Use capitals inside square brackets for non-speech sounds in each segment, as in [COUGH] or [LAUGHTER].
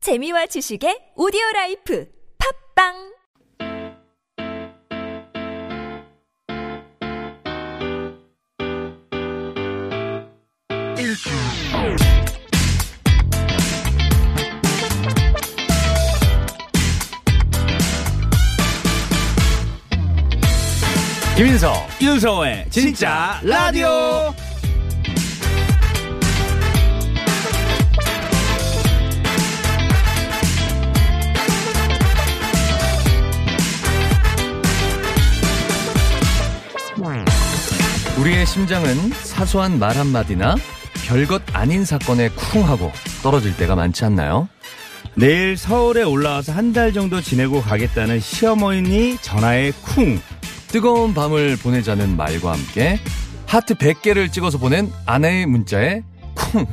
재미와 지식의 오디오 라이프 팝빵 김인석 윤서의 진짜 라디오 우리의 심장은 사소한 말 한마디나 별것 아닌 사건에 쿵 하고 떨어질 때가 많지 않나요? 내일 서울에 올라와서 한 달 정도 지내고 가겠다는 시어머니 전화에 쿵 뜨거운 밤을 보내자는 말과 함께 하트 100개를 찍어서 보낸 아내의 문자에 쿵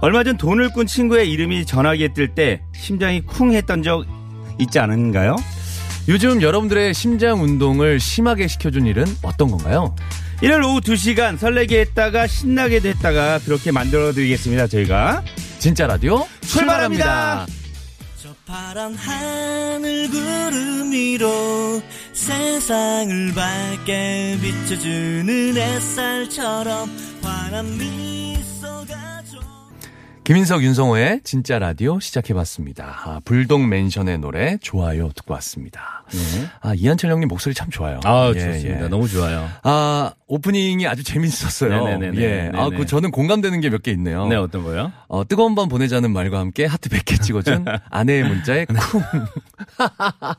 얼마 전 돈을 꾼 친구의 이름이 전화기에 뜰 때 심장이 쿵 했던 적 있지 않은가요? 요즘 여러분들의 심장 운동을 심하게 시켜준 일은 어떤 건가요? 일요일 오후 2시간 설레게 했다가 신나게 됐다가 그렇게 만들어 드리겠습니다 저희가 진짜 라디오 출발합니다. 출발합니다. 저 파란 하늘 구름 위로 세상을 밝게 비춰주는 햇살처럼 환한 미소가 좀 김인석 윤성호의 진짜 라디오 시작해봤습니다. 아, 불독 맨션의 노래 좋아요 듣고 왔습니다. 네. 아 이한철 형님 목소리 참 좋아요. 예, 예. 좋아요 아, 오프닝이 아주 재밌었어요. 네네네네. 예. 아, 네네. 그 저는 공감되는 게 몇 개 있네요. 네 어떤 거요? 어, 뜨거운 밤 보내자는 말과 함께 하트 100개 [LAUGHS] 찍어준 아내의 문자에 쿵. [LAUGHS] 아,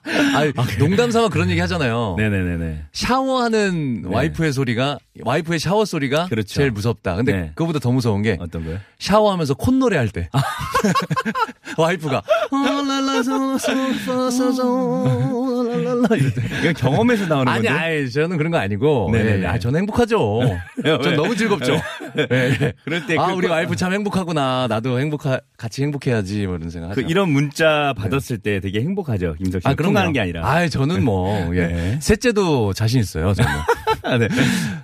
농담 삼아 그런 얘기 어. 하잖아요. 네. 네네네네 샤워하는 와이프의 소리가, 와이프의 샤워 소리가 네. 그렇죠. 제일 무섭다. 근데 네. 그거보다 더 무서운 게 어떤 거요? 샤워하면서 콧노래 할 때. [LAUGHS] 와이프가. 랄랄라소소소소소랄랄라 이럴 때. 이건 경험에서 나오는 아니, 건데 아니, 저는 그런 거 아니고. 네네네. 예, 아, 저는 행복하죠. 전 왜? 너무 즐겁죠. 예, 예. 그럴 때 아, 그- 우리 와이프 참 행복하구나. 나도 행복하, 같이 행복해야지. 뭐 이런 생각. 그 이런 문자 받았을 때 되게 행복하죠. 김석 씨. 아, 네. 그럼요. 통하는 게 아니라. 아, 저는 뭐, 예. 네. 셋째도 자신 있어요, 저는. 네.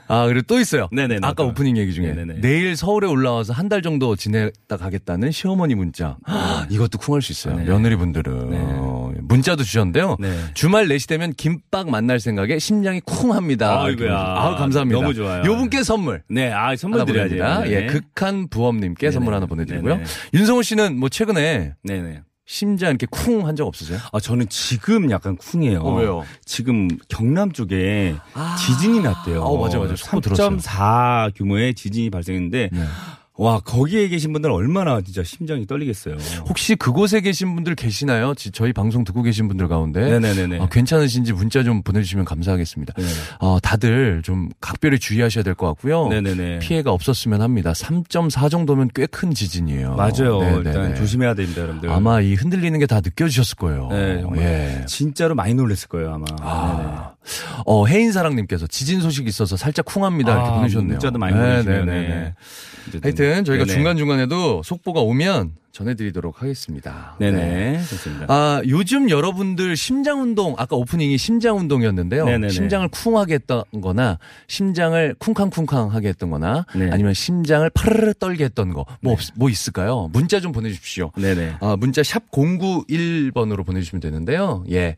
아, 그리고 또 있어요. 네네네. 아까 어떤- 오프닝 얘기 중에. 네네네. 내일 서울에 올라와서 한 달 정도 지내다 가겠다는 시어머니 문자. 아, 헉, 네. 이것도 쿵할 수 있어요. 며느리분들은. 어, 문자도 주셨는데요. 네. 주말 4시 되면 김밥 만날 생각에 심장이 쿵 합니다. 아이고야. 아 감사합니다. 너무 좋아요. 요 분께 선물. 네, 아, 선물 하나 드려야죠. 보냅니다. 네. 예, 극한 부업님께 선물 하나 보내드리고요. 네네. 윤성호 씨는 뭐 최근에 네네. 심장 이렇게 쿵 한 적 없으세요? 아, 저는 지금 약간 쿵해요. 어, 왜요? 지금 경남 쪽에 지진이 났대요. 아, 맞아, 맞아. 속보 들었어요. 네. 3.4 규모의 지진이 발생했는데, 와, 거기에 계신 분들은 얼마나 진짜 심장이 떨리겠어요. 혹시 그곳에 계신 분들 계시나요? 지- 저희 방송 듣고 계신 분들 가운데 네네네네. 어, 괜찮으신지 문자 좀 보내주시면 감사하겠습니다. 네. 어, 다들 좀 각별히 주의하셔야 될 것 같고요. 네네네. 피해가 없었으면 합니다. 3.4 정도면 꽤 큰 지진이에요. 맞아요. 어, 네네네. 일단 조심해야 됩니다, 여러분들. 아마 이 흔들리는 게 다 느껴지셨을 거예요. 네, 정말. 예. 진짜로 많이 놀랐을 거예요, 아마. 네, 아, 어, 혜인사랑님께서 지진 소식 있어서 살짝 쿵합니다. 이렇게 아, 보내주셨네요. 문자도 많이 보내주시네요. 네. 어쨌든. 하여튼 저희가 네네. 중간중간에도 속보가 오면 전해드리도록 하겠습니다. 네. 네네. 좋습니다. 아, 요즘 여러분들 심장 운동, 아까 오프닝이 심장 운동이었는데요. 네네네. 심장을 쿵하게 했던 거나, 심장을 쿵쾅쿵쾅 하게 했던 거나, 네. 아니면 심장을 파르르 떨게 했던 거, 뭐, 없- 뭐 있을까요? 문자 좀 보내주십시오. 네네. 아, 문자 샵 091번으로 보내주시면 되는데요. 예.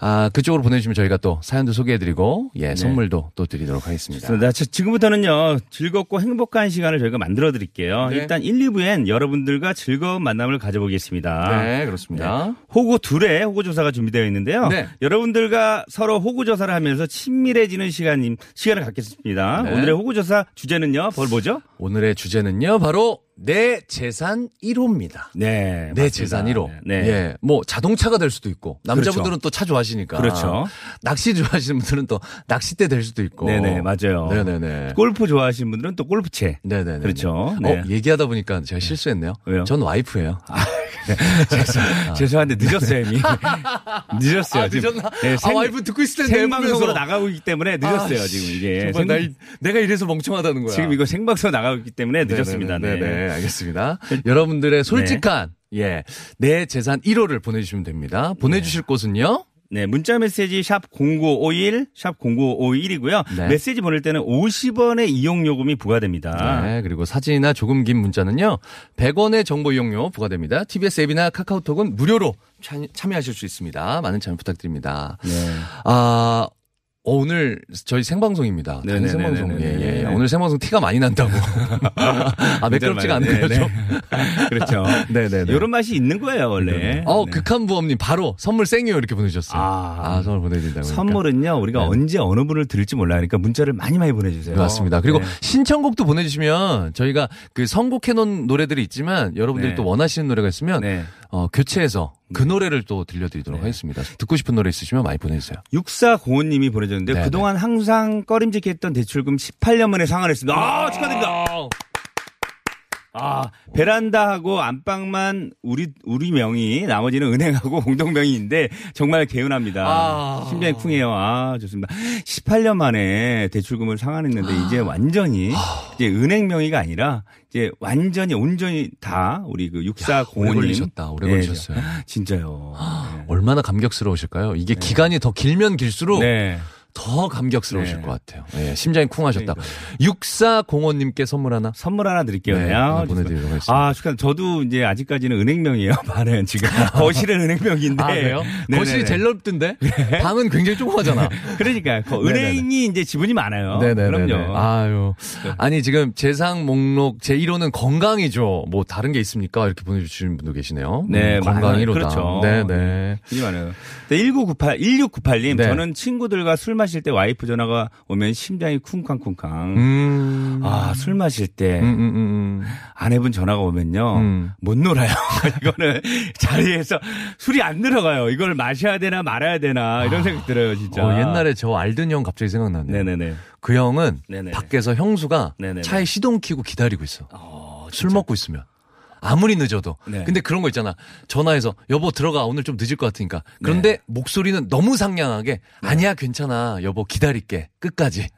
아, 그쪽으로 보내주시면 저희가 또 사연도 소개해드리고, 예, 선물도 또 드리도록 하겠습니다. 네. 좋습니다. 자, 지금부터는요, 즐겁고 행복한 시간을 저희가 만들어 드릴게요. 네. 일단 1, 2부엔 여러분들과 즐거운 만남을 가져보겠습니다. 네, 그렇습니다. 호구 둘의 호구조사가 준비되어 있는데요. 네. 여러분들과 서로 호구조사를 하면서 친밀해지는 시간임, 시간을 갖겠습니다. 네. 오늘의 호구조사 주제는요, 벌 뭐죠? 오늘의 주제는요, 바로 내 재산 1호입니다. 네. 내 맞습니다. 재산 1호. 네. 예. 뭐 자동차가 될 수도 있고 남자분들은 또 차 좋아하시니까. 그렇죠. 낚시 좋아하시는 분들은 또 낚싯대 될 수도 있고. 네네, 맞아요. 어. 네네네. 골프 좋아하시는 분들은 또 골프채. 네네네. 그렇죠. 어, 네. 얘기하다 보니까 제가 실수했네요. 왜요? 아, 전 와이프예요. [LAUGHS] 죄송한데 늦었어요, [LAUGHS] 이미. 늦었어요. 아, 지금. 늦었나? 네, 아, 생- 와이프 듣고 있을 텐데 생방송으로 보면서. 나가고 있기 때문에 늦었어요, 아, 지금 이게. 정말 생- 날- 내가 이래서 멍청하다는 거야. 지금 이거 생방송 나가고 있기 때문에 늦었습니다. 네네, 네. 네네, 알겠습니다. 여러분들의 솔직한 예, 내 재산 1호를 보내주시면 됩니다. 보내주실 곳은요. 네, 문자 메시지 샵 0951, 샵 0951이고요. 네. 메시지 보낼 때는 50원의 이용 요금이 부과됩니다. 네, 그리고 사진이나 조금 긴 문자는요. 100원의 정보 이용료 부과됩니다. TBS 앱이나 카카오톡은 무료로 참, 참여하실 수 있습니다. 많은 참여 부탁드립니다. 네. 아, 어, 오늘 저희 생방송입니다. 당 네네네네네. 생방송. 예, 예. 네네. 오늘 생방송 티가 많이 [LAUGHS] 난다고. 아, 매끄럽지가 않네요. 네, 좀. 네. [LAUGHS] 그렇죠. 네네네. 이런 맛이 있는 거예요, 원래. 어, 네. 극한부엄님 바로 선물 쌩이요 이렇게 보내주셨어요. 아. 아, 선물 보내드린다고. 그러니까. 선물은요, 우리가 네. 언제 어느 분을 들을지 몰라. 그러니까 문자를 많이 많이 보내주세요. 네, 맞습니다. 그리고 네. 신청곡도 보내주시면 저희가 그 선곡해놓은 노래들이 있지만 여러분들이 네. 또 원하시는 노래가 있으면 네. 어, 교체해서 그 노래를 또 들려드리도록 하겠습니다. 듣고 싶은 노래 있으시면 많이 보내주세요. 육사공원님이 보내줬는데 네, 그동안 항상 꺼림직했던 대출금 18년 만에 상환했습니다. 아, 축하드립니다. 아, 베란다하고 안방만 우리, 우리 명의, 나머지는 은행하고 [LAUGHS] 공동 명의인데 정말 개운합니다. 아. 심장이 쿵해요. 아, 좋습니다. 18년 만에 대출금을 상환했는데 이제 완전히 아. 이제 은행 명의가 아니라 이제 완전히 온전히 다 우리 그 육사공원님. 오래 걸리셨다. 오래 네, 걸리셨어요. 진짜요. 네. 얼마나 감격스러우실까요? 이게 기간이 더 길면 길수록 네. 더 감격스러우실 네. 것 같아요. 예, 심장이 쿵하셨다. 육사공원님께 선물 하나. 선물 하나 드릴게요. 네, 네, 하나 보내드리도록 하겠습니다. 아, 축하. 저도 이제 아직까지는 은행명이에요. [LAUGHS] 말은 [LAUGHS] 지금 거실은 은행명인데. 아, 그래요? 네네네. 네. 거실이 제일 넓던데? 방은 굉장히 조그마잖아. 그러니까 거- 네네네. 은행이 이제 지분이 많아요. 네네네네. 그러니까. 그럼요. 네. 아유. 아니, 지금 재상 목록 제1호는 건강이죠. 뭐 다른 게 있습니까? 이렇게 보내주시는 분도 계시네요. 음, 네, 많아요. 건강 1호다. 그렇죠. 네네. 지분이 많아요. 1998, 1698님, 네. 저는 친구들과 술 마실 때 와이프 전화가 오면 심장이 쿵쾅쿵쾅. 음. 아, 술 마실 때 음, 음, 음, 음. 아내분 전화가 오면요. 음. 못 놀아요. [LAUGHS] 이거는 자리에서 술이 안 들어가요. 이걸 마셔야 되나 말아야 되나 이런 생각 들어요, 진짜. 어, 옛날에 저 알던 형 갑자기 생각나네요. 네네네. 그 형은 네네. 밖에서 형수가 네네네. 차에 시동 키고 기다리고 있어. 어, 술 먹고 있으면. 아무리 늦어도. 네. 근데 그런 거 있잖아. 전화해서 여보 들어가 오늘 좀 늦을 것 같으니까. 그런데 네. 목소리는 너무 상냥하게 아니야 괜찮아 여보 기다릴게 끝까지.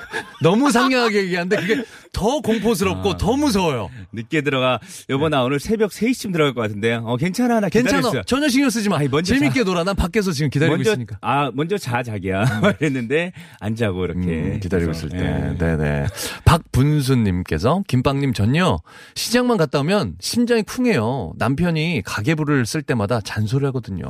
[LAUGHS] 너무 상냥하게 얘기하는데 그게 더 아. 공포스럽고 더 무서워요. 늦게 들어가 여보 나 오늘 새벽 3시쯤 들어갈 것 같은데 어 괜찮아 나 기다릴 수 네. 괜찮아 있어. 전혀 신경 쓰지 마. 아이, 먼저 재밌게 놀아 난 밖에서 지금 기다리고 먼저 있으니까. 아 먼저 자 자기야 [LAUGHS] 그랬는데 안 자고 이렇게 음, 기다리고 그래서, 있을 때. 예. 네네. 박분수님께서 김빵님 전요 시장만 갔다 오면 심장이 쿵해요. 남편이 가계부를 쓸 때마다 잔소리 하거든요.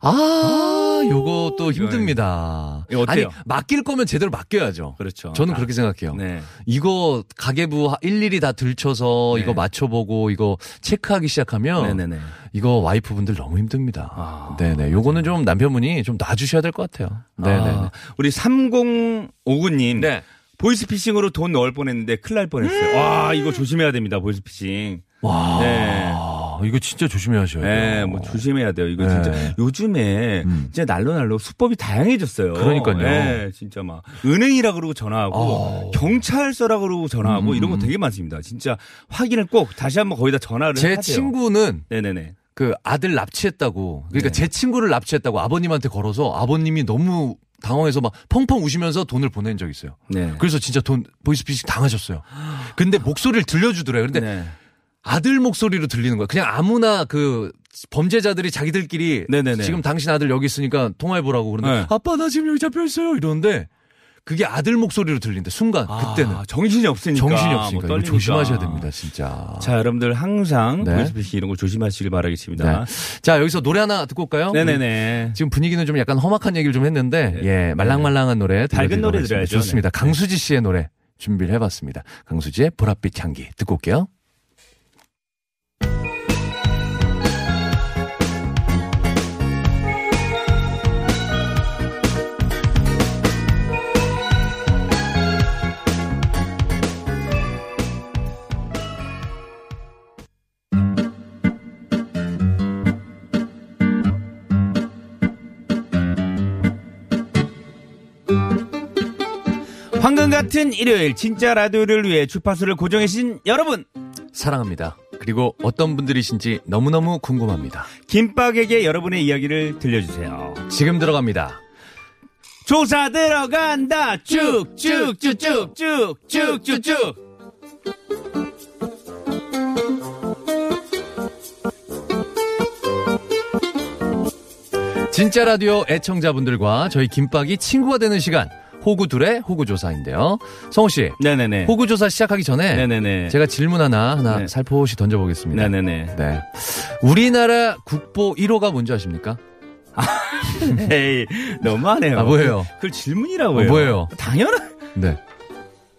아, 요거 또 힘듭니다. 이거 아니 음. 예, 어때요? 맡길 거면 제대로 맡겨야죠. 그렇죠. 저는 아, 그렇게 생각해요. 네. 이거 가계부 일일이 다 들춰서 이거 맞춰보고 이거 체크하기 시작하면 네네네. 이거 와이프분들 너무 힘듭니다. 아, 네네. 요거는 좀 남편분이 좀 놔주셔야 될 것 같아요. 네네. 아, 우리 3059님 네. 음. 보이스피싱으로 돈 넣을 뻔했는데 큰일 날 뻔했어요. 와 이거 조심해야 됩니다 보이스피싱. 와, 네. 아, 이거 진짜 조심해야 돼요. 네, 뭐 조심해야 돼요. 이거 네. 음. 진짜 요즘에 진짜 날로 날로 수법이 다양해졌어요. 그러니까요. 네, 진짜 막 은행이라 그러고 전화하고 어. 경찰서라 그러고 전화하고 음. 이런 거 되게 많습니다. 진짜 확인을 꼭 다시 한번 거기다 전화를 제 하세요. 친구는 네네네. 그 아들 납치했다고, 그러니까 네. 제 친구를 납치했다고 아버님한테 걸어서 아버님이 너무 당황해서 막 펑펑 우시면서 돈을 보낸 적이 있어요. 네. 그래서 진짜 돈 보이스피싱 당하셨어요. 근데 목소리를 들려주더래요. 근데 네. 아들 목소리로 들리는 거야. 그냥 아무나 그 범죄자들이 자기들끼리 네네네. 지금 당신 아들 여기 있으니까 통화해 보라고 그러는데 네. 아빠 나 지금 여기 잡혀 있어요 이러는데 그게 아들 목소리로 들린대 순간 그때는 아, 정신이 없으니까 정신이 뭐 없으니까 이거 떨리니까. 조심하셔야 됩니다 진짜. 자, 여러분들 항상 네. 보이스피싱 이런 거 조심하시길 바라겠습니다. 네. 자 여기서 노래 하나 듣고 올까요? 네. 네네 지금 분위기는 좀 약간 험악한 얘기를 좀 했는데 예 말랑말랑한 노래 밝은 들려드리도록 노래 하겠습니다. 들어야죠. 좋습니다. 네. 강수지 씨의 노래 준비를 해봤습니다. 강수지의 보랏빛 향기 듣고 올게요. 황금 같은 일요일 진짜 라디오를 위해 주파수를 고정해 주신 여러분 사랑합니다. 그리고 어떤 분들이신지 너무너무 궁금합니다. 김밥에게 여러분의 이야기를 들려주세요. 지금 들어갑니다. 조사 들어간다 쭉쭉쭉쭉쭉쭉쭉쭉 진짜 라디오 애청자분들과 저희 김밥이 친구가 되는 시간 호구 둘의 호구 조사인데요. 성우 씨, 네네네. 호구 조사 시작하기 전에 네네네. 제가 질문 하나 하나 네. 살포시 던져보겠습니다. 네네네. 네. 우리나라 국보 1호가 뭔지 아십니까? 에이, 너무하네요. 네. 아, 뭐예요? 그걸 질문이라고 해요. 어, 뭐예요? 당연한. 네.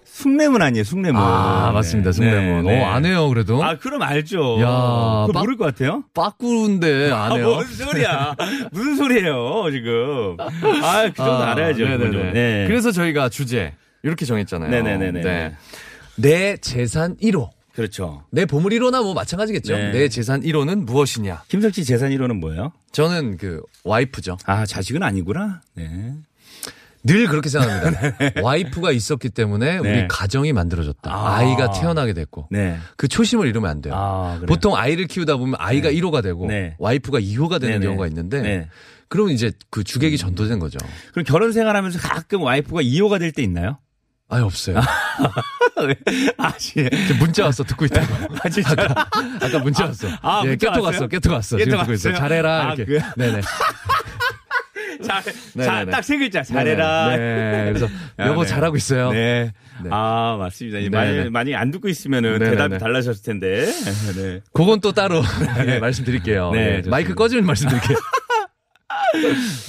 숭례문 아니에요, 숭례문. 아, 네. 맞습니다. 승대문. 네, 네. 어, 안 해요, 그래도. 아, 그럼 알죠. 야, 그거 빡- 모를 것 같아요? 빠꾸인데 안 아, 해요. 뭔 소리야. 무슨 소리예요, 지금. 아, 그 정도 알아야죠. 네네네. 그건. 네. 그래서 저희가 주제 이렇게 정했잖아요. 네네네네. 네. 내 재산 1호. 그렇죠. 내 보물 1호나 뭐 마찬가지겠죠. 네. 내 재산 1호는 무엇이냐? 김석지 재산 1호는 뭐예요? 저는 그 와이프죠. 아, 자식은 아니구나. 네. 늘 그렇게 [LAUGHS] 생각합니다. 네. 와이프가 있었기 때문에 네. 우리 가정이 만들어졌다. 아. 아. 이가 태어나게 됐고. 네. 그 초심을 잃으면 안 돼요. 아, 그래요? 보통 아이를 키우다 보면 아이가 1호가 되고 네. 와이프가 2호가 되는 네네. 경우가 있는데 네. 그럼 이제 그 주객이 전도된 거죠. 그럼 결혼 생활하면서 가끔 와이프가 2호가 될 때 있나요? [LAUGHS] 아예 없어요. 왜? 아, 씨. 지금 [LAUGHS] 문자 왔어 듣고 있다고. [LAUGHS] 아, 진짜. 아까, 아까 문자 왔어. 아, 예, 문자 깨톡 왔어요? 왔어. 깨톡 왔어. 지금 깨톡 듣고 있어. 왔어요? 잘해라 아, 이렇게. 그래요? 네네. 자, 네, 자 네, 네. 딱 세 글자. 잘해라. 네. 그래서 [LAUGHS] 아, 여보 네. 잘하고 있어요. 네. 네. 아, 맞습니다. 네, 만약, 네. 만약에 안 듣고 있으면은 네, 대답이 네, 네. 달라졌을 텐데. [LAUGHS] 네. 그건 또 [LAUGHS] 따로 예, 말씀드릴게요. 네, 예, 좋습니다. 마이크 꺼지면 말씀드릴게요.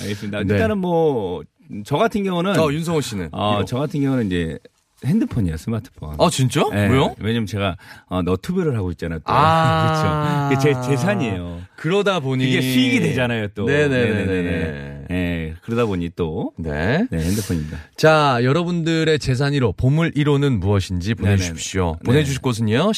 알겠습니다. 네. 일단은 뭐, 저 같은 경우는, 어 윤성호 씨는. [LAUGHS] 어, 저 같은 경우는 이제 핸드폰이야, 스마트폰. 아 진짜? 네. 왜요? 왜냐면 제가 어, 너튜브를 하고 있잖아요. 또. 아. [LAUGHS] 네. 그렇죠. 그게 제 재산이에요. 그러다 보니 네, 이게 수익이 되잖아요, 또. 네네네네. 네, 그러다 보니 또 네. 네, 핸드폰입니다. 자, 여러분들의 재산 1호, 보물 1호는 무엇인지 보내주십시오. 네네네. 보내주실 곳은요,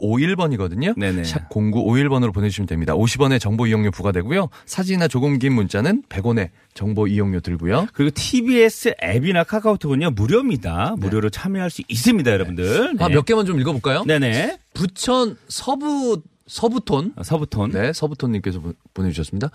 샵0951번이거든요. 네네. 샵0951번으로 보내주시면 됩니다. 50원의 정보 이용료 부과되고요. 사진이나 조금 긴 문자는 100원의 정보 이용료 들고요. 그리고 TBS 앱이나 카카오톡은요 무료입니다. 무료로 참여할 수 있습니다, 여러분들. 네. 아, 몇 개만 좀 읽어볼까요? 네네. 부천 서부, 서부톤. 어, 서부톤. 네, 서부톤님께서 보- 보내주셨습니다.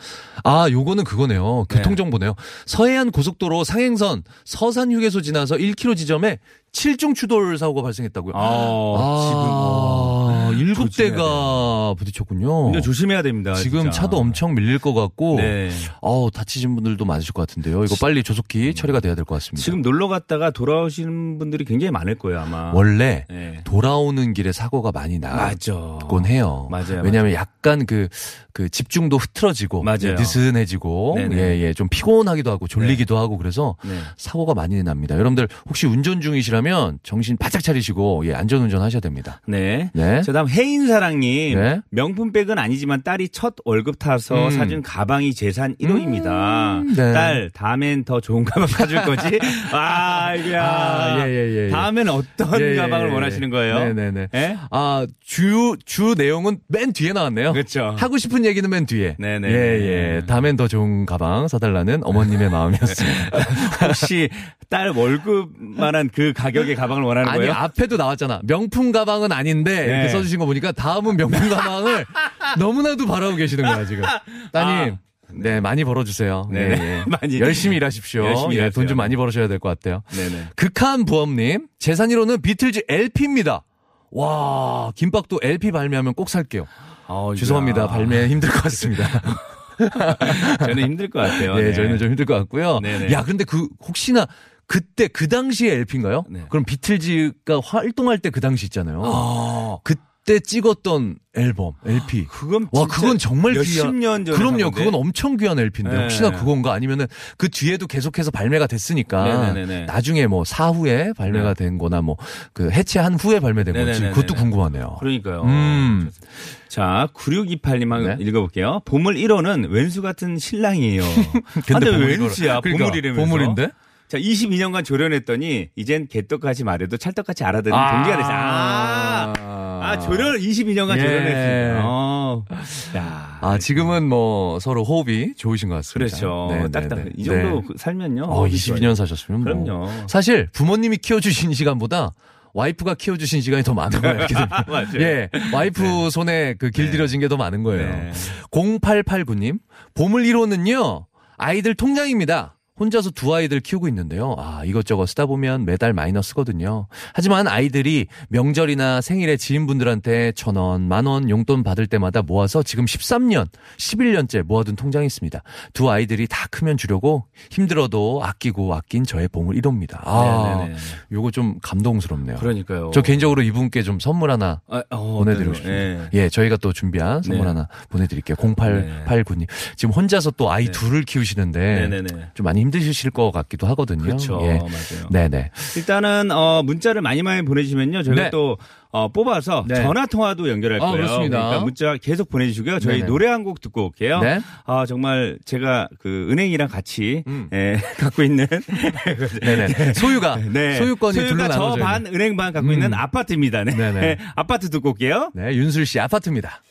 아, 요거는 그거네요. 교통정보네요. 서해안 고속도로 상행선 서산 휴게소 지나서 1km 지점에 7중 추돌 사고가 발생했다고요. 아, 지금. 어. 아, 일곱 조심해야 대가 부딪혔군요. 이거 조심해야 됩니다. 지금 진짜. 차도 엄청 밀릴 것 같고, 네. 어우, 다치신 분들도 많으실 것 같은데요. 이거 빨리 조속히 처리가 돼야 될 것 같습니다. 지금 놀러 갔다가 돌아오시는 분들이 굉장히 많을 거예요 아마. 원래 네. 돌아오는 길에 사고가 많이 맞아. 나곤 해요. 맞아요, 왜냐하면 약간 그, 그 집중도 흐트러지고, 예, 맞아요. 느슨해지고, 네네. 예, 예, 좀 피곤하기도 하고 졸리기도 하고 그래서 네. 사고가 많이 납니다. 여러분들 혹시 운전 중이시라면 정신 바짝 차리시고, 예, 안전 운전하셔야 됩니다. 네. 네. 저 다음 혜인사랑님. 네. 명품백은 아니지만 딸이 첫 월급 타서 음. 사준 가방이 재산 1호입니다. 음, 네. 딸, 다음엔 더 좋은 가방 사줄 [LAUGHS] 거지? 아, 이거야. 아, 예, 예, 예, 예. 다음엔 어떤 예, 예, 가방을 예, 예. 원하시는 거예요? 네네네. 예? 아, 주, 주 내용은 맨 뒤에 나왔네요. 그렇죠. 하고 싶은 얘기는 맨 뒤에. 네네. 예, 예. 다음엔 더 좋은 가방 사달라는 [LAUGHS] 어머님의 마음이었습니다. 혹시 딸 월급만한 그 가격의 가방을 원하는 아니, 거예요? 앞에도 나왔잖아. 명품 가방은 아닌데, 이렇게 네. 써주신 거 보니까 다음은 명품 [LAUGHS] 가방을 너무나도 바라고 계시는 거야, 지금. 따님. 네, 많이 벌어주세요. 아. 네, [LAUGHS] 예, 네. 예. 많이. 열심히 일하십시오. 예, 열심히 일하세요. 돈 좀 많이 벌으셔야 될 것 같아요. 네네. 극한 부업님, 재산 1호는 비틀즈 LP입니다. 와, 김밥도 LP 발매하면 꼭 살게요. 아우, 죄송합니다. 이거야. 발매 힘들 것 [LAUGHS] 같습니다. 저는 힘들 것 같아요. 네, 저희는 좀 힘들 것 같고요. 네네. 야, 근데 그 혹시나 그때 그 당시에 LP인가요? 네. 그럼 비틀즈가 활동할 때 그 당시 있잖아요. 그때 찍었던 앨범 LP. 아, 그건 와, 진짜 그건 정말 몇십 귀한. 년 전에 그럼요. 산 건데? 그건 엄청 귀한 LP인데 네. 혹시나 그건가 아니면은 그 뒤에도 계속해서 발매가 됐으니까 네네네네. 네. 나중에 뭐 사후에 발매가 된거나 뭐 그 해체한 후에 발매된 건지 네네네네네. 아, 그것도 궁금하네요. 그러니까요. 음. 자, 9628님 네. 한 읽어볼게요. 보물 1호는 왼수 [LAUGHS] 같은 신랑이에요. 아, 근데, 왜 보물 왼수야? 이거를- 그러니까, 보물이라면서. 보물인데? 자, 22년간 조련했더니 이젠 개떡같이 말해도 찰떡같이 알아듣는 아. 동기가 됐어. 아, 아 조련 22년간 예. 조련했어요. 어. 야, 아, 지금은 뭐 서로 호흡이 좋으신 것 같습니다. 네. 그렇죠. 네, 네, 딱딱 네. 이 정도 네. 살면요. 어, 22년 사셨으면 뭐. 그럼요. 사실 부모님이 키워주신 시간보다 와이프가 키워주신 시간이 더 많은 거예요. 이렇게 되면. 맞아요. 예. 와이프 손에 그 길들여진 게 더 많은 거예요. 예. 네. 0889님, 보물 1호는요, 아이들 통장입니다. 혼자서 두 아이들 키우고 있는데요. 아, 이것저것 쓰다 보면 매달 마이너스거든요. 하지만 아이들이 명절이나 생일에 지인분들한테 천 원, 만 원 용돈 받을 때마다 모아서 지금 13년, 11년째 모아둔 통장이 있습니다. 두 아이들이 다 크면 주려고 힘들어도 아끼고 아낀 저의 봉을 이롭니다. 아, 네네네. 그렇죠. 요거 좀 감동스럽네요. 그러니까요. 저 개인적으로 이분께 좀 선물 하나 아, 어, 보내드리고 어때요? 싶습니다. 예. 예. 저희가 또 준비한 선물 네. 하나 보내드릴게요. 0889님. 지금 혼자서 또 아이 둘을 키우시는데 네. 네네네. 좀 많이 힘드실 것 같기도 하거든요. 그쵸, 예. 맞아요. 네네. 일단은 어, 문자를 많이 많이 보내주시면요 저희가 네. 또 어, 뽑아서 네. 전화 통화도 연결할 아, 거예요. 그렇습니다. 그러니까 문자 계속 보내주시고요. 저희 네네. 노래 한 곡 듣고 올게요. 네. 아 정말 제가 그 은행이랑 같이 음. 예, [LAUGHS] 갖고 [LAUGHS] 있는 [LAUGHS] 네네. 소유가. 네. 소유권이 둘로 소유가 나눠져 있는. 음. 저반 은행 반 갖고 있는 아파트입니다. 네. 네네. 아파트 듣고 올게요. 네. 윤슬 씨 아파트입니다.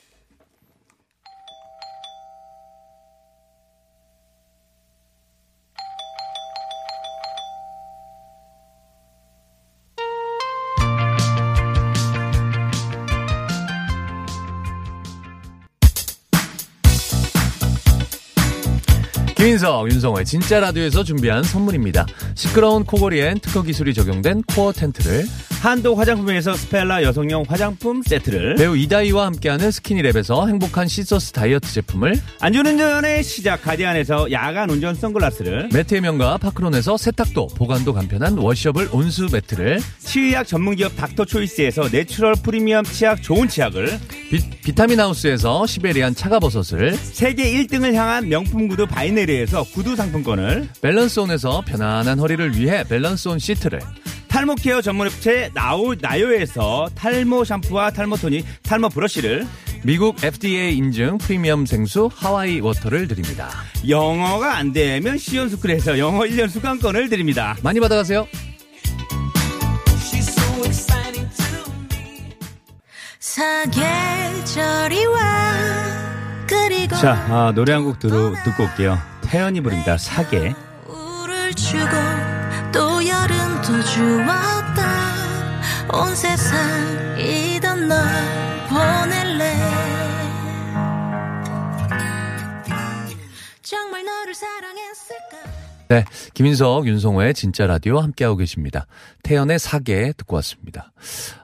김인석, 윤성호의 진짜 라디오에서 준비한 선물입니다. 시끄러운 코골이엔 특허 기술이 적용된 코어 텐트를 한독 화장품에서 스펠라 여성용 화장품 세트를 배우 이다희와 함께하는 스키니랩에서 행복한 시서스 다이어트 제품을 안전운전의 시작 가디안에서 야간 운전 선글라스를 매트의 명가 파크론에서 세탁도 보관도 간편한 워셔블 온수 매트를 치의학 전문기업 닥터초이스에서 내추럴 프리미엄 치약 좋은 치약을 비, 타민 하우스에서 시베리안 차가버섯을 세계 1등을 향한 명품 구두 바이네리에서 구두 상품권을 밸런스온에서 편안한 허리를 위해 밸런스온 시트를 탈모 케어 전문 업체 나우 나요에서 탈모 샴푸와 탈모 토닉, 탈모 브러쉬를 미국 FDA 인증 프리미엄 생수 하와이 워터를 드립니다. 영어가 안 되면 시연스쿨에서 영어 1년 수강권을 드립니다. 많이 받아가세요. She's so exciting to me. 사계절이 와 그리고 자, 아, 노래 한 곡 듣고 올게요. 태연이 부릅니다. 사계. 우를 주고 또 여름도 주었다 온 세상이던 널 보낼래 정말 너를 사랑했을까 네, 김인석, 윤성호의 진짜 라디오 함께하고 계십니다. 태연의 사계 듣고 왔습니다.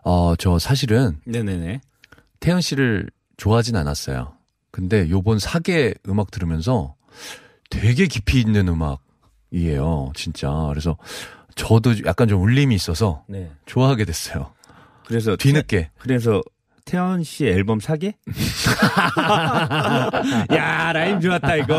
어, 저 사실은 네네네. 태연 씨를 좋아하진 않았어요. 근데 요번 사계 음악 들으면서 되게 깊이 있는 음악이에요. 진짜. 그래서 저도 약간 좀 울림이 있어서 네. 좋아하게 됐어요. 그래서 뒤늦게. 그래서 태연 씨 앨범 [LAUGHS] 사게? 야 라임 좋았다 이거.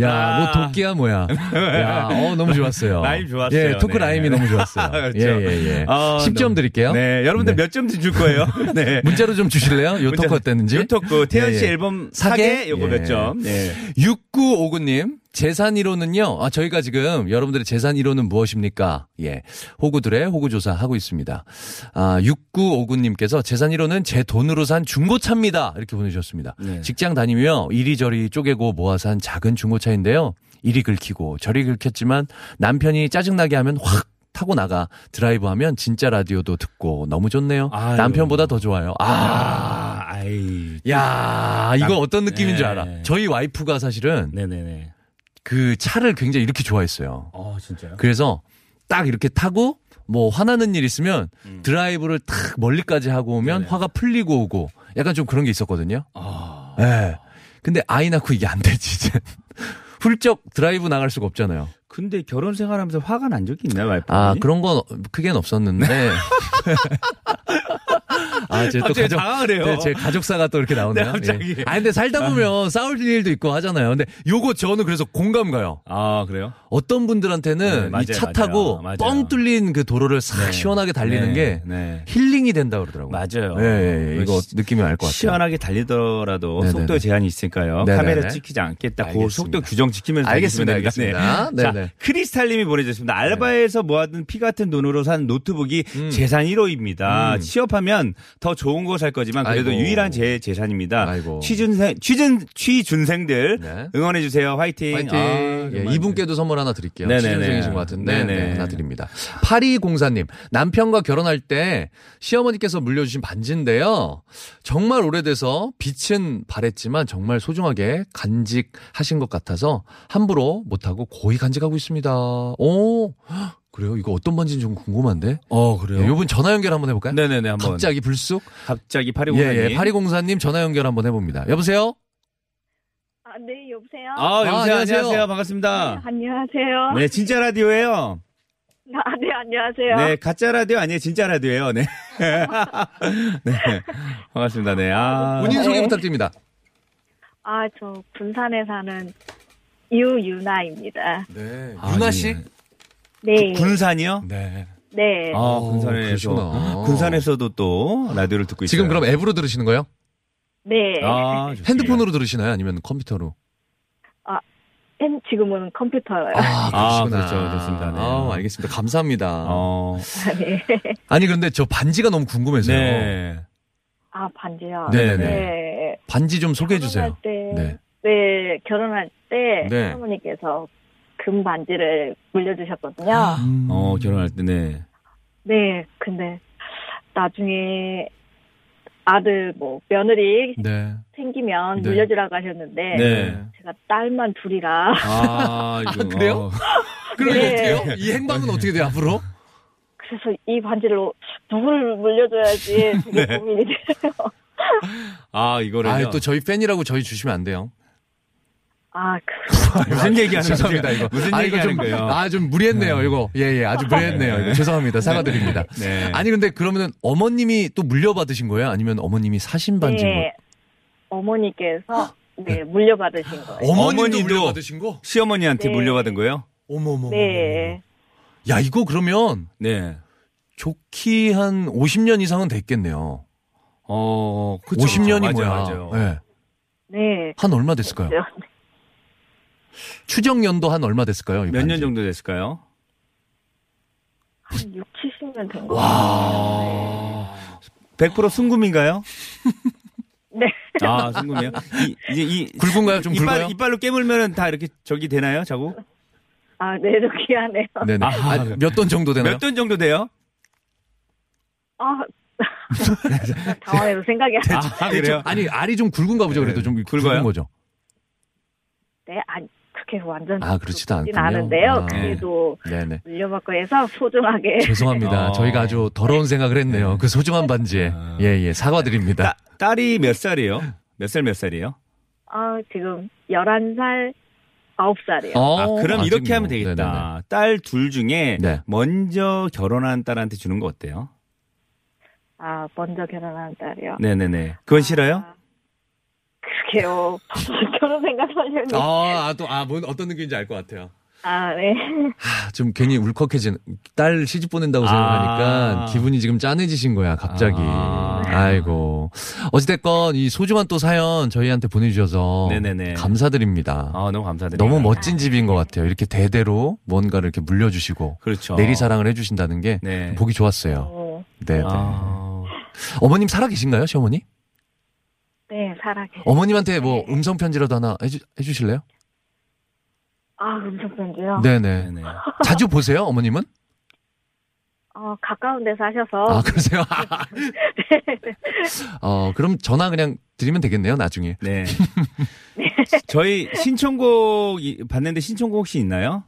야, 아, 뭐 도끼야 뭐야. [LAUGHS] 야, 어 너무 좋았어요. 라임 좋았어요. 예, 토크 네. 라임이 너무 좋았어요. [LAUGHS] 그렇죠. 예, 예, 예. 어, 10점 너무- 드릴게요. 네, 여러분들 네. 몇 점 줄 거예요? [LAUGHS] 네. 문자로 좀 주실래요? 요 토크 어땠는지? 요 토크 그 태연 예, 예. 씨 앨범 사게 사계? 요거 예. 몇 점? 네. 6959님, 재산 1호는요, 아, 저희가 지금 여러분들의 재산 1호는 무엇입니까? 예. 호구들의 호구조사 하고 있습니다. 아, 6959님께서 재산 1호는 제 돈으로 산 중고차입니다. 이렇게 보내주셨습니다. 네. 직장 다니며 이리저리 쪼개고 모아서 한 작은 중고차인데요. 이리 긁히고 저리 긁혔지만 남편이 짜증나게 하면 확 타고 나가 드라이브 하면 진짜 라디오도 듣고 너무 좋네요. 아유. 남편보다 더 좋아요. 아. 아, 아이. 야, 이거 어떤 느낌인 줄 네. 알아. 저희 와이프가 사실은 네네네. 그 차를 굉장히 이렇게 좋아했어요. 어 진짜요? 그래서 딱 이렇게 타고 뭐 화나는 일 있으면 음. 드라이브를 탁 멀리까지 하고 오면 화가 풀리고 오고 약간 좀 그런 게 있었거든요. 아. 예. 근데 아이 낳고 이게 안 되지, 이제. [LAUGHS] 훌쩍 드라이브 나갈 수가 없잖아요. 근데 결혼 생활하면서 화가 난 적이 있나요, 와이프? 아, 그런 건 크게는 없었는데. [LAUGHS] 아, 제또 네. 갑자기 가족, 당황을 해요. 네, 제 가족사가 또 이렇게 나오네요. 네, 갑자기. 아, 근데 살다 보면 싸울 일도 있고 하잖아요. 근데 요거 저는 그래서 공감 가요. 아 그래요? 어떤 네, 분들한테는 맞아요, 이 차 맞아요. 타고 맞아요. 뻥 뚫린 그 도로를 싹 시원하게 달리는 네, 게 네. 힐링이 된다 그러더라고요. 맞아요. 예, 예, 예. 이거 시- 느낌이 알 것 같아요. 시원하게 달리더라도 네네네. 속도 제한이 있으니까요. 네네네. 카메라 찍히지 않겠다. 그 알겠습니다. 속도 규정 지키면서 알겠습니다, 달리시면 됩니다. 알겠습니다. 네. 네네. 네. 자, 크리스탈님이 보내주셨습니다. 알바에서 모아둔 피 같은 돈으로 산 노트북이 음. 재산 1호입니다. 취업하면 더 좋은 거 살 거지만 그래도 아이고. 유일한 제 재산입니다. 아이고. 취준생 취준 취준생들 네. 응원해 주세요. 화이팅. 파이팅. 아, 예, 정말. 이분께도 선물 하나 드릴게요. 네네네. 시중 중이신 것 같은데 네네. 네, 하나 드립니다. 파리 공사님 남편과 결혼할 때 시어머니께서 물려주신 반지인데요. 정말 오래돼서 빛은 바랬지만 정말 소중하게 간직하신 것 같아서 함부로 못하고 고이 간직하고 있습니다. 오 [GASPS] 헉, 그래요? 이거 어떤 반지인지 좀 궁금한데. 어 그래요. 네, 요분 전화 연결 한번 해볼까요? 네네네 한번 네, 갑자기 불쑥? 갑자기 파리 공사님. 예, 예. 파리공사님 전화 연결 한번 해봅니다. 여보세요? 아, 네, 여보세요? 아 여보세요 아, 안녕하세요. 안녕하세요. 아, 반갑습니다. 안녕하세요. 네 진짜 라디오예요. 아, 네, 안녕하세요. 네 가짜 라디오 아니에요 진짜 라디오예요. 네. [LAUGHS] 네 반갑습니다. 네. 아 본인 소개 네. 부탁드립니다. 아, 저 군산에 사는 유유나입니다. 네. 아, 유나 네. 씨? 네, 그 군산이요? 네. 네. 아 오, 군산에서 어, 그러시구나. 군산에서도 또 라디오를 듣고 있어요. 지금 그럼 앱으로 들으시는 거예요? 네. 아, 좋습니다. 핸드폰으로 들으시나요? 아니면 컴퓨터로? 팬- 지금은 컴퓨터예요. 아, 그러시구나. 그렇죠. 좋습니다. 네. 아우, 알겠습니다. 감사합니다. 어. 네. 아니, 그런데 저 반지가 너무 궁금해서요. 네. 아, 반지요? 네네네. 네. 반지 좀 소개해 결혼할 주세요. 때, 네. 네. 결혼할 때 네. 할머니께서 금 반지를 물려주셨거든요. 아. 어, 결혼할 때, 네. 네, 근데 나중에 아들 뭐 며느리 네. 생기면 네. 물려주라고 하셨는데 네. 제가 딸만 둘이라 [LAUGHS] [LAUGHS] 아, 이거. 그래요? 어. 그럼 네. 이거 어떻게 해요? 이 행방은 어떻게 돼요, 앞으로? 그래서 이 반지로 누구를 [LAUGHS] 네. 물려줘야지 되게 고민이 돼요. 아, 이거를. 아, 또 저희 팬이라고 저희 주시면 안 돼요. 아, 그, 무슨 얘기하는 죄송합니다, 거예요? 이거. 무슨 아, 이거 얘기하는 좀, 거예요? 아, 좀 무리했네요, 이거. 예, 예, 아주 무리했네요. 이거. 죄송합니다. 사과드립니다. 네. 아니, 근데 그러면은 어머님이 또 물려받으신 거예요? 아니면 어머님이 사신 반지인 뭐? 거예요? 네, 어머니께서 네, 물려받으신 거예요. 어머님도, 어머니도 물려받으신 거? 시어머니한테 네. 물려받은 거예요? 어머머머. 네. 야, 이거 그러면 네. 좋기 한 50년 이상은 됐겠네요. 어, 그쵸. 50년이 맞아요, 뭐야? 맞아요. 네. 네. 한 얼마 됐을까요? 그죠. 추정 연도 한 얼마 됐을까요? 이 몇 년 반지? 정도 됐을까요? 한 6, 70년 된 거. 100% [LAUGHS] 순금인가요? 네. 아, 순금이요? 이, 이제 이. 굵은가요? 좀 굵어요? 이빨, 이빨로 깨물면은 다 이렇게 저기 되나요? 자고? 아, 네, 좀 귀하네요. 네네. 아하. 아, 몇돈 정도 되나요? 몇 돈 정도 돼요? [LAUGHS] 아, 당황해서 생각이 안 나. 아, 그래요? 아니, 알이 좀 굵은가 보죠. 그래도 네, 좀 굵어요? 굵은 거죠. 네, 아니, 그렇게 완전. 아, 그렇지도 굵진 않군요. 않은데요. 아, 네. 그래도 네네. 물려받고 해서 소중하게. 죄송합니다. 어. 저희가 아주 더러운 생각을 했네요. 그 소중한 반지에. 아. 예, 예. 사과드립니다. 따, 딸이 몇 살이에요? 몇 살 몇 살이에요? 아, 지금 11살, 9살이요. 어, 아, 그럼 아직 이렇게 뭐, 하면 네네네. 되겠다. 딸 둘 중에 네. 먼저 결혼한 딸한테 주는 거 어때요? 아, 먼저 결혼한 딸이요. 아. 네네네. 그건 싫어요? 그게요. [LAUGHS] 결혼 생각하려니. 아, 아, 아, 또, 아, 뭔, 어떤 느낌인지 알 것 같아요. 네. 아, 좀 괜히 울컥해진, 딸 시집 보낸다고 아. 생각하니까 기분이 지금 짠해지신 거야, 갑자기. 아. 아. 이고 어찌됐건 이 소중한 또 사연 저희한테 보내주셔서. 네네네. 감사드립니다. 아, 너무 감사드립니다. 너무 멋진 집인 것 같아요. 이렇게 대대로 뭔가를 이렇게 물려주시고. 그렇죠. 내리사랑을 해주신다는 게 네. 보기 좋았어요. 어, 네. 아, 어머님 살아 계신가요, 시어머니? 네, 살아계. 어머님한테 뭐 네. 음성 편지라도 하나 해주, 해주실래요? 아, 음성 편지요? 네네. 네네. 자주 보세요, 어머님은? 어, 가까운 데서 하셔서. 아 [LAUGHS] 그러세요? 어 그럼 전화 그냥 드리면 되겠네요, 나중에. [LAUGHS] 네. 저희 신청곡 이- 봤는데 신청곡 혹시 있나요?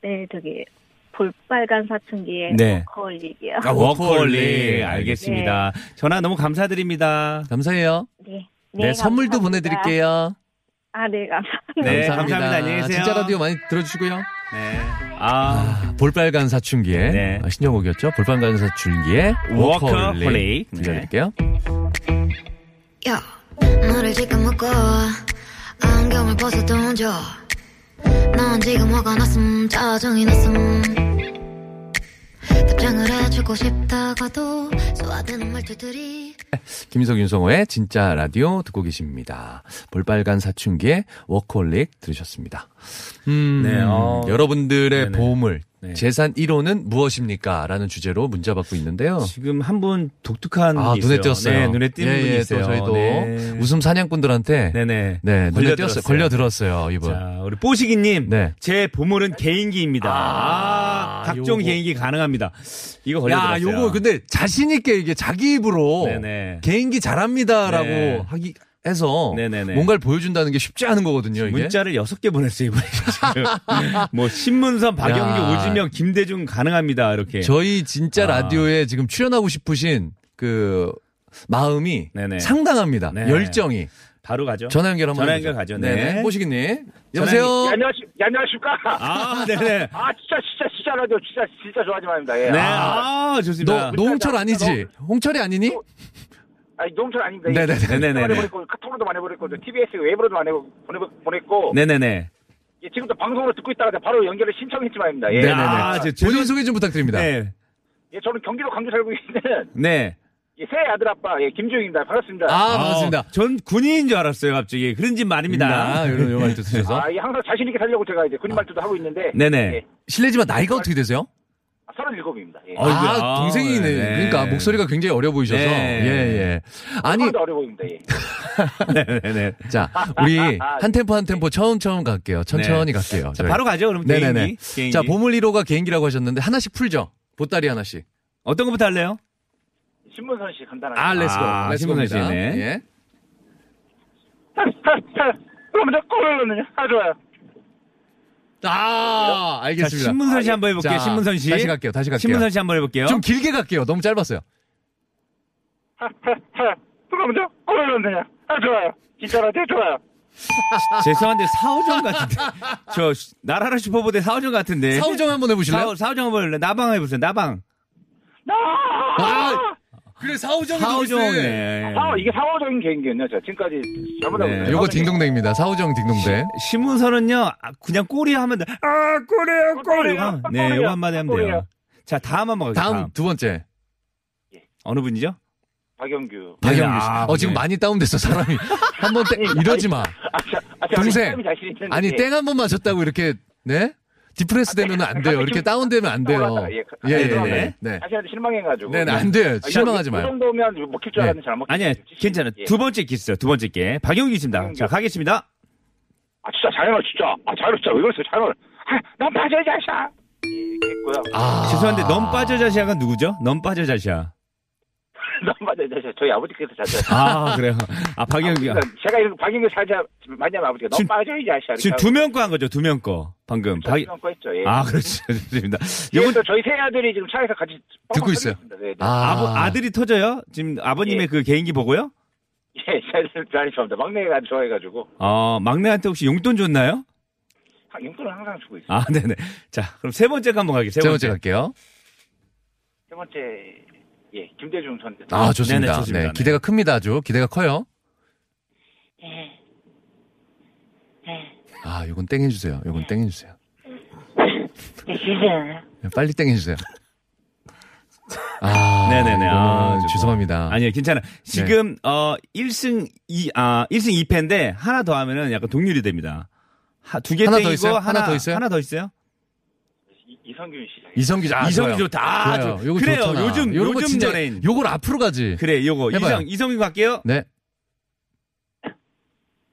네, 저기, 볼빨간 사춘기의 네. 거울이기요. 아, 워커홀릭. 워커홀릭. 알겠습니다. 네. 전화 너무 감사드립니다. 감사해요. 네. 네, 선물도 감사합니다. 보내드릴게요. 아, 네, 감사합니다. 네, 감사합니다. 안녕히 계세요. 진짜 라디오 많이 들어주시고요. 네. 아, 볼빨간 사춘기에 네. 아, 신청곡이었죠. 볼빨간 사춘기에 워커홀릭. 워커홀릭 네. 들려드릴게요. 야, 너를 지금 묶어 안경을 벗어 던져 난 지금 화가 났음 짜증이 났음 답장을 해주고 싶다가도 소화되는 말투들이 김인석 윤성호의 진짜 라디오 듣고 계십니다. 볼빨간 사춘기의 워커홀릭 들으셨습니다. 음, 네, 어. 여러분들의 네네. 보험을 네. 재산 1호는 무엇입니까? 라는 주제로 문자 받고 있는데요. 지금 한 분 독특한 아, 분이 눈에 있어요. 띄었어요. 네, 눈에 띄는 예, 분이 예, 있어요. 또 저희도 네. 웃음 사냥꾼들한테 네, 네네. 눈에 걸려들었어요. 띄었어요. 걸려 들었어요, 이분. 자, 우리 뽀시기님. 네. 제 보물은 개인기입니다. 아, 아, 각종 요거. 개인기 가능합니다. 이거 걸려들었어요. 야, 요거 근데 뭐 자신 있게 이게 자기 입으로 네네. 개인기 잘합니다라고 네. 하기 해서 네네네. 뭔가를 보여준다는 게 쉽지 않은 거거든요. 이게. 문자를 여섯 개 보냈어요, 이번에. [LAUGHS] 지금. 뭐, 신문선, 박영기, 야. 오지명, 김대중 가능합니다. 이렇게. 저희 진짜 아. 라디오에 지금 출연하고 싶으신 그 마음이 네네. 상당합니다. 네. 열정이. 바로 가죠. 전화 연결 한번 전화 해보죠. 연결 가죠. 네. 네네. 꼬시기님. 여보세요? 안녕하십, 안녕하십니까? 아, 아, 네네. 진짜, 진짜, 진짜 라디오 진짜, 진짜 좋아하지 말입니다. 예. 네. 아, 아, 너, 좋습니다. 노홍철 아니지? 홍철이 아니니? 아니, 농철 아닙니다. 예. 네네네. 네네네. 많이 보냈고, 카톡으로도 많이 보냈고, TBS 웹으로도 많이 보내, 보냈고, 네네네. 예, 지금도 방송으로 듣고 있다가 바로 연결을 신청했지 말입니다. 예. 네네네. 아, 아, 저, 저, 본인 소개 좀 부탁드립니다. 네. 예, 저는 경기도 강주 살고 있는 네. 예, 새 아들 아빠, 예, 김주영입니다. 반갑습니다. 아, 반갑습니다. 아, 전 군인인 줄 알았어요, 갑자기. 그런 집 말입니다. 아, 이런 영화 듣으셔서. 아, 예, 항상 자신있게 살려고 제가 이제 군인 말투도 하고 있는데, 아. 네네. 예, 실례지만 나이가 어떻게 되세요? 37입니다. 예. 어, 아이고야. 아, 동생이네. 네. 그러니까 목소리가 굉장히 어려 보이셔서. 네. 예, 예. 아니, 아니, 어려 보입니다. 예. [LAUGHS] 네네네. 자, 우리 한 템포 한 템포 처음처음 갈게요. 천천히 갈게요. 네. 자, 저희. 바로 가죠, 그럼. 개인기. 네네네. 개인기. 자, 보물 1호가 개인기라고 하셨는데 하나씩 풀죠. 보따리 하나씩. 어떤 것부터 할래요? 신문선 씨 간단하게. [LAUGHS] 아, 렛츠고. 아, 렛츠고입니다. 신문하시네. 예. 하, 하, 하. 그럼 먼저 골을 넣느냐? 아, 좋아요. 아, 자, 알겠습니다. 신문선 씨 한번 해볼게요, 자, 신문선 씨. 다시 갈게요. 다시 갈게요. 신문선 씨 한번 해볼게요. 좀 길게 갈게요. 너무 짧았어요. 하, 하, 하. [LAUGHS] 그럼 먼저 골을 넣느냐? 아, 좋아요. 진짜 라디오 좋아요. 죄송한데, [LAUGHS] 사오정 같은데. 저, 나라라 슈퍼보대 사오정 같은데. 사우정 한번 해보실래요? 네. 사오, 사오정 한번 해볼래? 나방 해보세요, 나방. 아, 그래 사우정이 더 사오정. 있어요. 네. 아, 이게 상호적인 개인기였냐? 저 지금까지 전부 다. 네. 그래요. 요거 딩동댕입니다. 사우정 딩동댕. 신문선은요, 아, 그냥 꼬리 하면, 돼. 아, 꼬리요, 꼬리. 꼬리요, 요 아, 네, 꼬리요, 요거 한마디 하면 돼요. 꼬리요. 자, 다음 한번 가겠습니다. 다음, 다음. 두 번째 어느 분이죠? 박영규. [LAUGHS] 박영규 씨. 아, 어 지금 네. 많이 다운됐어 [LAUGHS] 사람이. 한 번 땡 이러지 마. 아, 자, 아, 자, 동생. 사람이 자신 있는데. 아니 예. 땡 한 번 맞췄다고 이렇게 네 디프레스 되면 안 돼요. 이렇게 다운되면 안 돼요. 올라가요. 예, 그- 예, 아, 예, 죄송합니다. 네, 네. 다시 한번 실망해가지고. 아, 네, 네, 안 돼요. 이거 실망하지 이 마요. 네. 정도면 먹힐 줄 알았는데 잘 먹힐 아니야, 줄 알았지. 괜찮아. 예. 두 번째 키스요, 두 번째 게. 박영규 씨입니다. 자, 가겠습니다. 아, 진짜 잘해라, 진짜. 아, 잘해라, 진짜. 왜 그랬어, 잘해라. 아, 난 빠져, 이 자식아. 예, 이렇게 했고요. [LAUGHS] 아 죄송한데, 넌 빠져자시아가 누구죠? 넌 빠져자시아. 난 빠져, 이 자식아. 저희 아버지께서 자주. [LAUGHS] 아, 그래요. 아, 박영규. 제가 이렇게 박영규 사자 많이 하면 아버지가 너 지금- 빠져, 이 자식아. 지금 이렇게 두 명 거 한 거죠, 두 명 거. 방금. 하고 박... 저희 거 예. 했죠, 예. 아, 그렇죠. [LAUGHS] 좋습니다. 이건 요건 또 저희 세 아들이 지금 차에서 같이 듣고 뻥뻥 터지고 있어요. 있습니다. 네, 네. 아, 아버, 아들이 터져요? 지금 아버님의 예. 그 개인기 보고요? 예, 잘, 잘 좋아합니다. 막내가 아주 좋아해가지고 어, 막내한테 혹시 용돈 줬나요? 아, 용돈을 항상 주고 있어요. 아, [LAUGHS] 네네. 자, 그럼 세 번째 거 한번 갈게요. 세 세 번째 번째. 갈게요. 세 번째 예 김대중 전 대통령. 아 좋습니다. 네네, 좋습니다. 네 네. 기대가 큽니다. 아주 기대가 커요. 네. 아 요건 땡 해주세요. 요건 땡 해주세요. 네, 빨리 땡 [LAUGHS] 해주세요. 아 네네네. 아, 이거는 저거. 죄송합니다. 아니요, 괜찮아. 네. 지금, 어, 1승 2, 아, 1승 2패인데, 하나 더 하면은 약간 동률이 됩니다. 하, 두개 하나 더 땡이고, 있어요? 하나 더 있어요? 하나 더 있어요? 이- 이성균 씨. 이성규 아, 이성규 좋아요. 좋다. 아, 좋아요. 좋- 요거 그래요. 좋잖아. 요즘- 요런 거 요즘 진짜 연예인. 요걸 앞으로 가지. 그래, 요거. 해봐요. 이성, 이성규 갈게요. 네.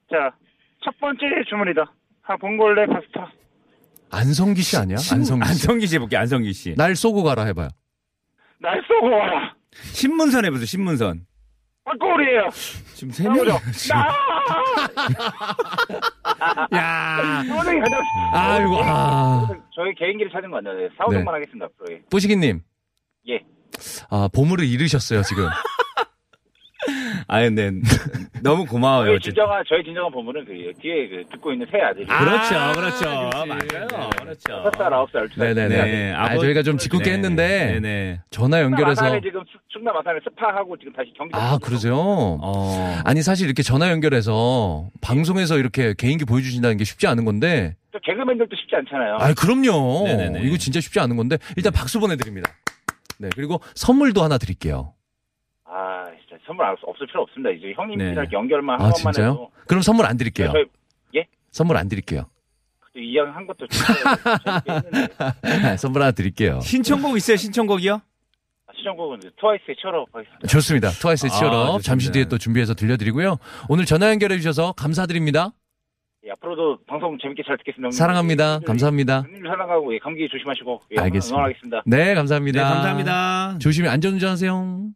자첫 번째 주문이다. 아 봉골레 파스타. 안성기 씨 아니야? 안성기. 씨. 안성기 씨 해볼게요, 안성기 씨. 날 쏘고 가라 해봐요. 날 쏘고 와라. 신문선 해보세요, 신문선. 아 꼴이에요. 지금 세 나오죠. 명이야, 지금. 야. 선생님 가장 아이고. 아. 저희 개인기를 찾은 건 아니에요. 예, 사우정만 하겠습니다 앞으로. 예. 뿌시기님. 예. 아 보물을 잃으셨어요 지금. 아유, 네. 너무 고마워요. 저희 네, 어쨌든. 아, 진정한 저희 진정한 보물은 그 예, 뒤에 그 듣고 있는 새 아들이. 그렇죠, 그렇죠. 맞아요. 그렇죠. 여섯 살 아홉 살. 두 살. 네네네. 네, 아, 아버- 저희가 좀 짓궂게 했는데 네네. 전화 연결해서 충남 아산에 지금 충- 충남 아산에 스파하고 지금 다시 경기도. 아 그러세요. 어. 아니 사실 이렇게 전화 연결해서 방송에서 이렇게 개인기 보여주신다는 게 쉽지 않은 건데. 또 개그맨들도 쉽지 않잖아요. 아 그럼요. 네네네. 이거 진짜 쉽지 않은 건데 일단 박수 보내드립니다. 네 그리고 선물도 하나 드릴게요. 아, 진짜 선물 안- 없을 필요 없습니다. 이제 형님이랑 네. 연결만 아한 번만 진짜요? 해도. 네, 그럼 선물 안 드릴게요. 저희, 예? 선물 안 드릴게요. [LAUGHS] 또 이왕 한 것도 좋고 선물 하나 드릴게요. 신청곡 있어요? 신청곡이요? 시청곡은 이제 트와이스의 철업 하겠습니다. 좋습니다. 트와이스의 아, 치얼업 좋습니다. 잠시 뒤에 또 준비해서 들려드리고요. 오늘 전화 연결해 주셔서 감사드립니다. 예, 앞으로도 방송 재밌게 잘 듣겠습니다. 형님. 사랑합니다. 예, 감사합니다. 형님 사랑하고 예, 감기 조심하시고 예, 알겠습니다. 응원하겠습니다. 네, 감사합니다. 감사합니다. 조심히 안전운전하세요.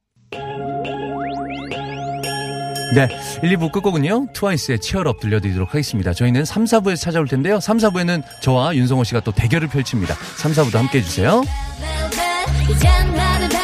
네, 1, 2부 끝곡은요. 트와이스의 치얼업 들려드리도록 하겠습니다. 저희는 3, 4부에서 찾아올 텐데요. 3, 4부에는 저와 윤성호 씨가 또 대결을 펼칩니다. 3, 4부도 함께해 주세요. 벨벳, 이젠 나를 벨벳